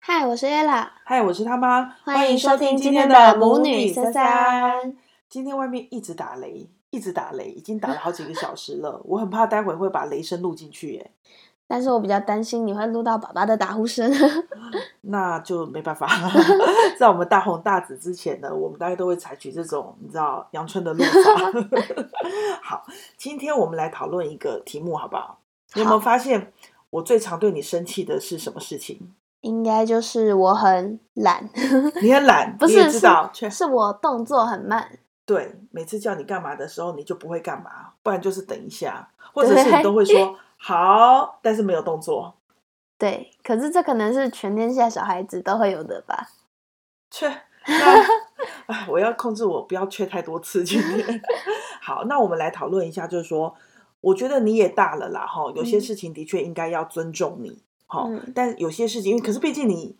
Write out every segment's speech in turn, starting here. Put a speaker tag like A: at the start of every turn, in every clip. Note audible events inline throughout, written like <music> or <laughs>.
A: 嗨，我是 Ella，
B: 嗨，我是他妈，
A: 欢
B: 迎
A: 收
B: 听
A: 今
B: 天
A: 的
B: 母
A: 女
B: 三三。
A: 三。
B: 今天外面一直打雷，一直打雷，已经打了好几个小时了。我很怕待会会把雷声录进去耶，
A: 但是我比较担心你会录到爸爸的打呼声。 <laughs>
B: 那就没办法。 <laughs> 在我们大红大紫之前呢，我们大概都会采取这种你知道阳春
A: <laughs>
B: 的路法。 <laughs> 好，今天我们来讨论一个题目，好不好？你有没有
A: 好
B: 发现我最常对你生气的是什么事情？
A: 应该就是我很懒， <laughs>
B: 你很懒，
A: 不
B: 你也
A: 是
B: 知道，确
A: 是是我动作很慢，
B: 对，每次叫你干嘛的时候，你就不会干嘛，不然就是等一下，或者是
A: 对
B: 你都会说好，但是没有动作。
A: 对。可是这可能是全天下小孩子都会有的吧？
B: 切，
A: <laughs>
B: 那哎，我要控制我不要缺太多次今天。 <laughs> 好，那我们来讨论一下，就是说，我觉得你也大了啦，哈，有些
A: 嗯
B: 事情的确应该要尊重你，哈、
A: 嗯
B: 但有些事情，因为可是毕竟你。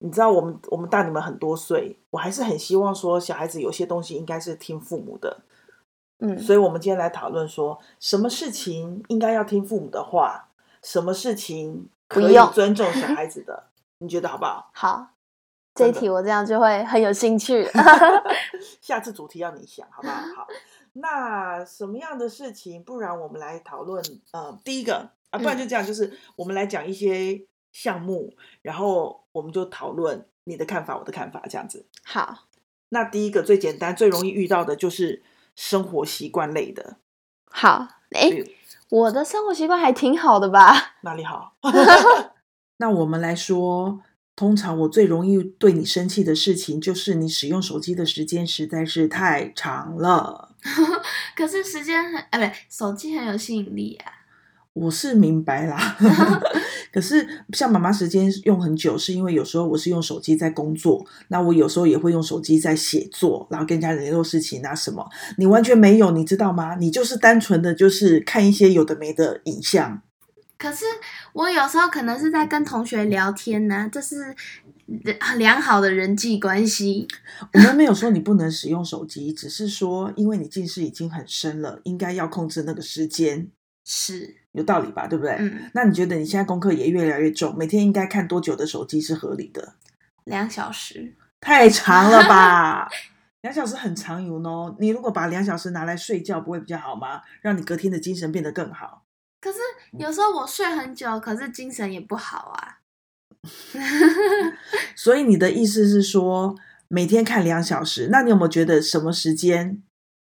B: 你知道我们我们大你们很多岁，我还是很希望说小孩子有些东西应该是听父母的，
A: 嗯，
B: 所以，我们今天来讨论说，什么事情应该要听父母的话，什么事情可
A: 不
B: 以
A: 用
B: 尊重小孩
A: <laughs>
B: 子的，你觉得好不好？ <laughs>
A: 好。这一
B: 真的
A: 题我这样就会很有兴趣
B: <laughs>
A: <laughs> 了。
B: 下次主题要你想，好不好？
A: <laughs>
B: 好，那什么样的事情？不然我们来讨论。呃，第一个啊，不然就
A: 嗯
B: 这样，就是我们来讲一些项目，然后我们就讨论你的看法，我的看法，这样子。
A: 好，
B: 那第一个最简单、最容易遇到的就是生活习惯类的，
A: 好，哎、
B: 比如
A: 我的生活习惯还挺好的吧？
B: 哪里好？ <laughs> 那我们来说，通常我最容易对你生气的事情，就是你使用手机的时间实在是太长了。
A: 可是时间很，哎、不对，手机很有吸引力啊。
B: 我是明白 <laughs> 啦，可是像妈妈时间用很久，是因为有时候我是用手机在工作，那我有时候也会用手机在写作，然后跟人家联络事情啊什么。你完全没有，你知道吗？你就是单纯的就是看一些有的没的影像，
C: 可是我有时候可能是在跟同学聊天呢、这是良良好的人际关系。
B: 我们没有说你不能使用手机，只是说因为你近视已经很深了，应该要控制那个时间，
C: 是，
B: 有道理吧？对不对？
C: 嗯，
B: 那你觉得你现在功课也越来越重，每天应该看多久的手机是合理的？
C: 两小时。
B: 太长了吧？两小时很长，you know。你如果把两小时拿来睡觉，不会比较好吗？让你隔天的精神变得更好。
C: 可是有时候我睡很久，可是精神也不好啊。
B: 所以你的意思是说，每天看两小时？那你有没有觉得什么时间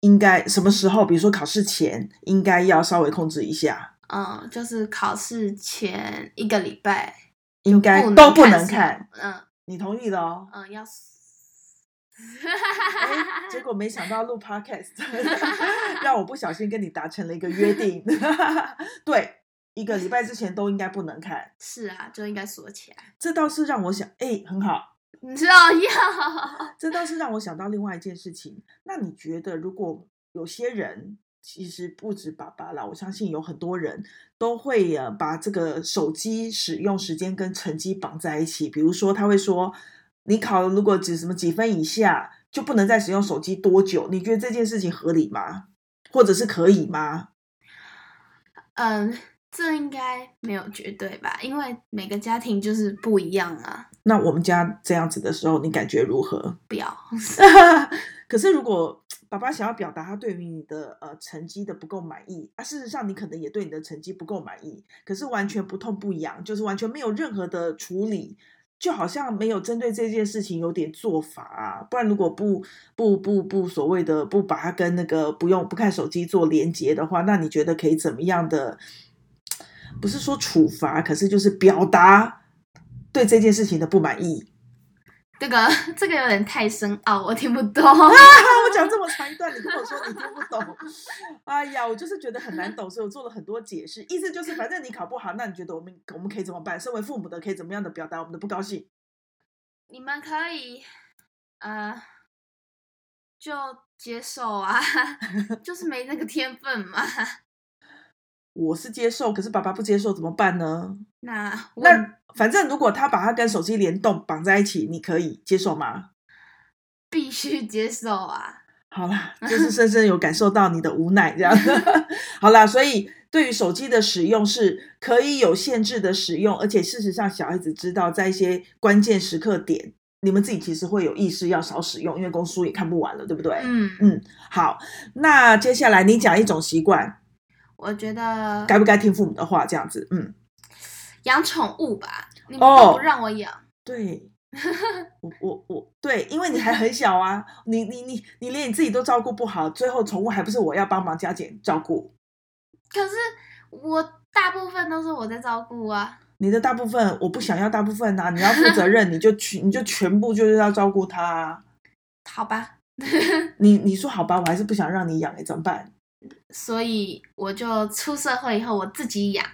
B: 应该什么时候？比如说考试前，应该要稍微控制一下。
C: 嗯，就是考试前一个礼拜
B: 应该
C: 不能
B: 都不能
C: 手
B: 看，。
C: 嗯。
B: <laughs> 你同意了哦
C: 嗯，要死。
B: 哎结果没想到录 podcast，让我不小心跟你达成了一个约定。 <laughs> 对，一个礼拜之前都应该不能看，
C: 是啊，就应该锁起来。
B: 这倒是让我想，哎，很好，
C: 你知道要 <laughs>
B: 这倒是让我想到另外一件事情。那你觉得，如果有些人其实不止爸爸啦，我相信有很多人都会呃把这个手机使用时间跟成绩绑在一起。比如说，他会说，你考如果只什么几分以下就不能再使用手机多久？你觉得这件事情合理吗？或者是可以吗？
C: 嗯，这应该没有绝对吧，因为每个家庭就是不一样啊。
B: 那我们家这样子的时候，你感觉如何？
C: 不要， <laughs>
B: <laughs> 可是如果爸爸想要表达他对于你的呃成绩的不够满意，啊，事实上你可能也对你的成绩不够满意，可是完全不痛不痒，就是完全没有任何的处理，就好像没有针对这件事情有点做法啊。不然如果不不不不所谓的不把它跟那个不用不看手机做连接的话，那你觉得可以怎么样的？不是说处罚，可是就是表达对这件事情的不满意。
C: 这个这个有点太深奥，我听不懂。
B: <laughs> 我讲这么长一段，你跟我说你听不懂，哎呀，我就是觉得很难懂，所以我做了很多解释，意思就是反正你考不好，那你觉得我们我们可以怎么办？身为父母的可以怎么样的表达我们的不高兴？
C: 你们可以，呃，就接受啊， <laughs> 就是没那个天分嘛。
B: 我是接受，可是爸爸不接受怎么办呢？
C: 那我
B: 那反正如果他把它跟手机联动绑在一起，你可以接受吗？
C: 必须接受啊。
B: <laughs> 好啦，就是深深有感受到你的无奈，这样。好啦，所以对于手机的使用是可以有限制的使用，而且事实上，小孩子知道在一些关键时刻点，你们自己其实会有意识要少使用，因为公书也看不完了，对不对？
C: 嗯，
B: 好，那接下来你讲一种习惯，
C: 我觉得
B: 该不该听父母的话？这样子，嗯，
C: 养宠物吧，你们都不
B: 哦
C: 让我养，
B: 对。我我我对，因为你还很小啊，你你你你连你自己都照顾不好，最后宠物还不是我要帮忙加减照顾？
C: 可是我大部分都是我在照顾啊。
B: 你的大部分我不想要大部分呐、你要负责任，你就去你就全部就是要照顾它啊、
C: 好吧，
B: 你你说好吧，我还是不想让你养，哎，怎么办？
C: 所以我就出社会以后我自己养，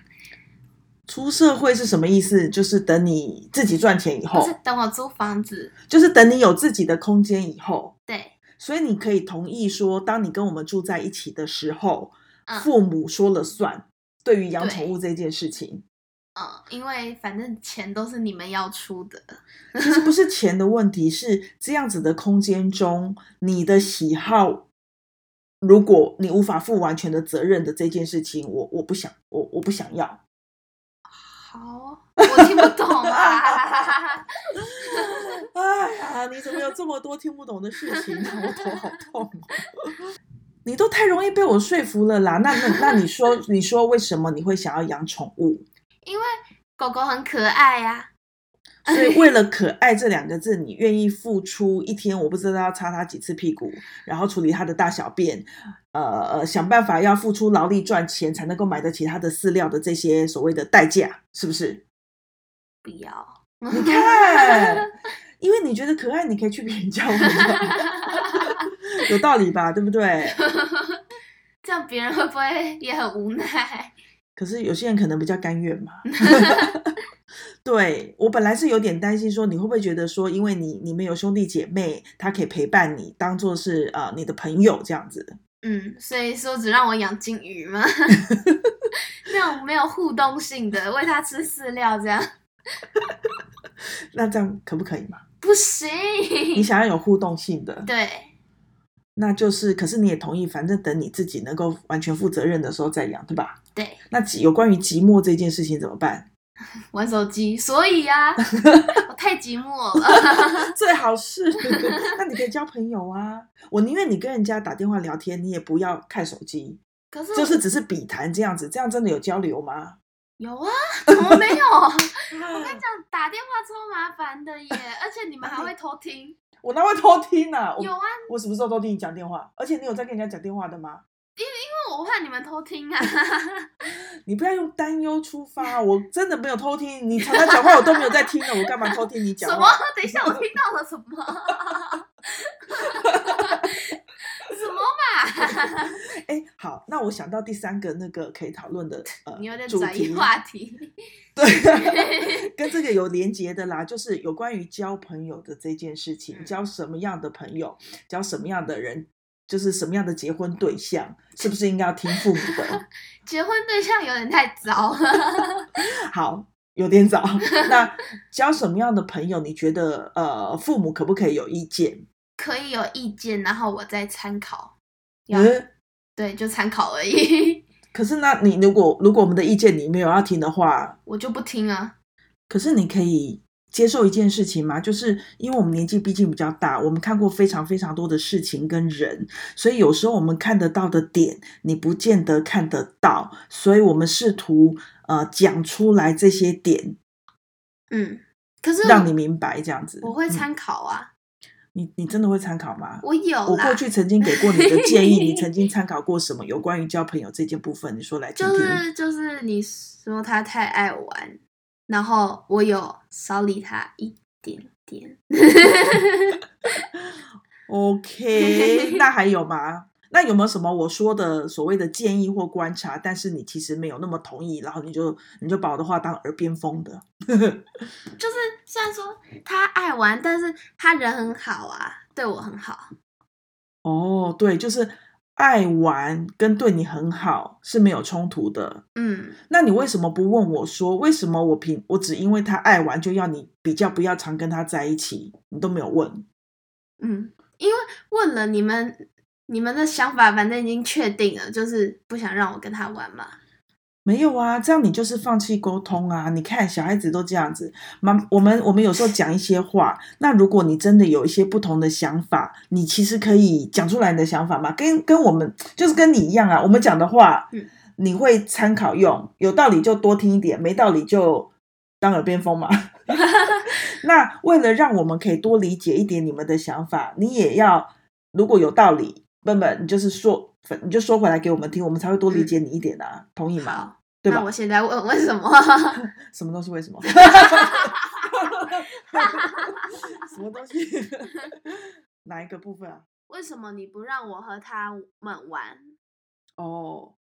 B: 出社会是什么意思？就是等你自己赚钱以
C: 就
B: 后
C: 是，等我租房子。
B: 就是等你有自己的空间以后，
C: 对，
B: 所以你可以同意说，当你跟我们住在一起的时候，
C: 嗯
B: 父母说了算。对于养
C: 对
B: 宠物这件事情，
C: 嗯，因为反正钱都是你们要出的。
B: 其实不是钱的问题，是这样子的空间中，你的喜好，如果你无法负完全的责任的这件事情，我我不想，我我不想要。
C: 好哦，我听不懂
B: <laughs>
C: 啊。
B: 哎呀，你怎么有这么多听不懂的事情呢？我头好痛哦、 <laughs> 你都太容易被我说服了啦。那那那你说，你说为什么你会想要养宠物？
C: 因为狗狗很可爱啊呀、
B: 所以为了“可爱”这两个字，你愿意付出一天，我不知道要擦它几次屁股，然后处理它的大小便，呃呃，想办法要付出劳力赚钱才能够买得起它的饲料的这些所谓的代价，是不是？
C: 不要。
B: 你看，因为你觉得可爱，你可以去别人家玩嘛， <laughs> 有道理吧？对不对？
C: 这样别人会不会也很无奈？
B: 可是有些人可能比较甘愿嘛。 <laughs> 对我本来是有点担心，说你会不会觉得说，因为你你们有兄弟姐妹，他可以陪伴你，当做是呃你的朋友这样子。
C: 嗯，所以说只让我养金鱼
B: <laughs>
C: 吗？那种没有互动性的，喂它吃饲料这样
B: 那这样可不可以嘛？
C: 不行。
B: 你想要有互动性的，
C: 对
B: 那就是，可是你也同意，反正等你自己能够完全负责任的时候再养，对吧？
C: 对，
B: 那寂有关于寂寞这件事情怎么办？ <laughs>
C: 玩手机，所以呀、我太寂寞了。
B: 最好是， <laughs> 那你可以交朋友啊。我宁愿你跟人家打电话聊天，你也不要看手机，
C: 可是
B: 就是只是笔谈这样子，这样真的有交流吗？
C: 有啊，怎么没
B: <laughs>
C: 有？我跟你讲，打电话超麻烦的耶，而且你们还会偷听。
B: 我哪会偷听 <laughs> 啊？我
C: 有啊，
B: 我什么时候都听你讲电话？而且你有在跟人家讲电话的吗？
C: 因为我怕你们偷听啊。
B: 你不要用担忧出发，我真的没有偷听你常常讲话，我都没有在听啊了，我干嘛偷听你
C: 什
B: 讲
C: 么
B: 话？？
C: <laughs> 等一下，我听到了什么？
B: <laughs>
C: 什么嘛？
B: 哎，好，那我想到第三个那个可以讨论的呃
C: 你有点
B: 主
C: 转移
B: 题，
C: 话题。
B: 对， <laughs> 跟这个有连结的啦，就是有关于交朋友的这件事情，
C: 嗯
B: 交什么样的朋友，交什么样的人，就是什么样的结婚对象，是不是应该要听父母的？
C: <laughs> 结婚对象有点太早了。
B: 好，有点早。 <laughs> 那交什么样的朋友？你觉得呃，父母可不可以有意见？
C: <laughs> 可以有意见，然后我再参考。要
B: 嗯，
C: 对，就参考而已， <laughs>
B: 可是那你如果如果我们的意见你没有要听的话，
C: 我就不听啊。
B: 可是你可以接受一件事情吗？就是因为我们年纪毕竟比较大，我们看过非常非常多的事情跟人，所以有时候我们看得到的点，你不见得看得到，所以我们试图呃讲出来这些点，
C: 嗯，可是
B: 让你明白这样子。
C: 我会
B: 嗯
C: 参考啊，
B: 你你真的会参考吗？
C: 我有啦。
B: 我过去曾经给过你的建议，你曾经参考过什么有关于交朋友这件部分？你说来听
C: 就
B: 听。
C: 是就是你说他太爱玩，然后我有少理他一点点。
B: OK，那还有吗？那有没有什么我说的所谓的建议或观察，但是你其实没有那么同意，然后你就你就把我的话当耳边风的？ <laughs>
C: 就是虽然说他爱玩，但是他人很好啊，对我很好。
B: 哦，对，就是爱玩跟对你很好是没有冲突的。
C: 嗯，
B: 那你为什么不问我说，为什么我平我只因为他爱玩就要你比较不要常跟他在一起？你都没有问。
C: 嗯，因为问了你们，你们的想法反正已经确定了，就是不想让我跟他玩嘛。
B: 没有啊，这样你就是放弃沟通啊！你看小孩子都这样子，妈，我们我们有时候讲一些话，那如果你真的有一些不同的想法，你其实可以讲出来你的想法嘛，跟跟我们就是跟你一样啊，我们讲的话，
C: 嗯
B: 你会参考用，有道理就多听一点，没道理就当耳边风嘛。那为了让我们可以多理解一点你们的想法，你也要如果有道理，不不，你就是说，你就说回来给我们听，我们才会多理解你一点啊，同意吗？
C: 好，
B: 对
C: 那
B: 吧
C: 我？现在问 <laughs> 为什么？
B: 什么东西？为什么？ <laughs> 什么东西？ <laughs> 哪一个部分啊？
C: 为什么你不让我和他们玩？
B: 哦，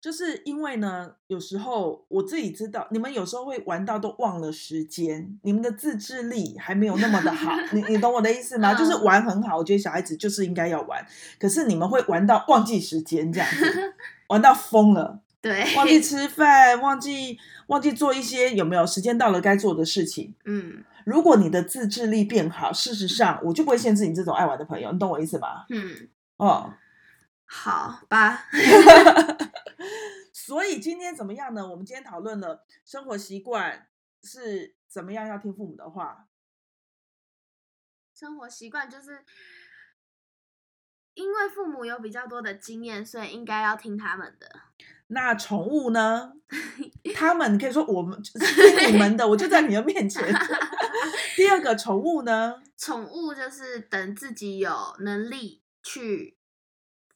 B: 就是因为呢，有时候我自己知道，你们有时候会玩到都忘了时间，你们的自制力还没有那么的好，你你懂我的意思吗？就是
C: 嗯
B: 玩很好，我觉得小孩子就是应该要玩，可是你们会玩到忘记时间这样子，玩到疯了，
C: 对，<laughs>
B: 忘记吃饭，忘记忘记做一些有没有时间到了该做的事情。
C: 嗯
B: 如果你的自制力变好，事实上我就不会限制你这种爱玩的朋友，你懂我意思吗？
C: 嗯，
B: 哦，
C: 好吧， <laughs>
B: 所以今天怎么样呢？我们今天讨论了生活习惯是怎么样要听父母的话。
C: 生活习惯就是因为父母有比较多的经验，所以应该要听他们的。 <laughs>
B: 那宠物呢？他们你可以说我们是听你们的，我就在你的
C: <laughs>
B: 面前。第二个宠物呢？
C: 宠物就是等自己有能力去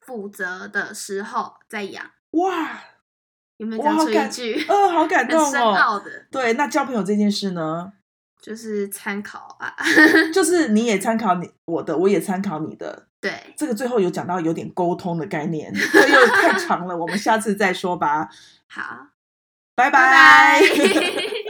C: 负责的时候再养。
B: 哇，
C: 有没有
B: 我
C: 讲
B: 好
C: 出一
B: 感
C: 句
B: 呃，好感
C: <laughs> 很
B: 动
C: 深
B: 哦。
C: 奥的？
B: 对，那交朋友这件事呢，
C: 就是参考啊， <laughs>
B: 就是你也参考你我的，我也参考你的，
C: 对，
B: 这个最后有讲到有点沟通的概念，这又太长了，我们下次再说吧，
C: 好，拜
B: 拜拜。
C: 拜。 <laughs>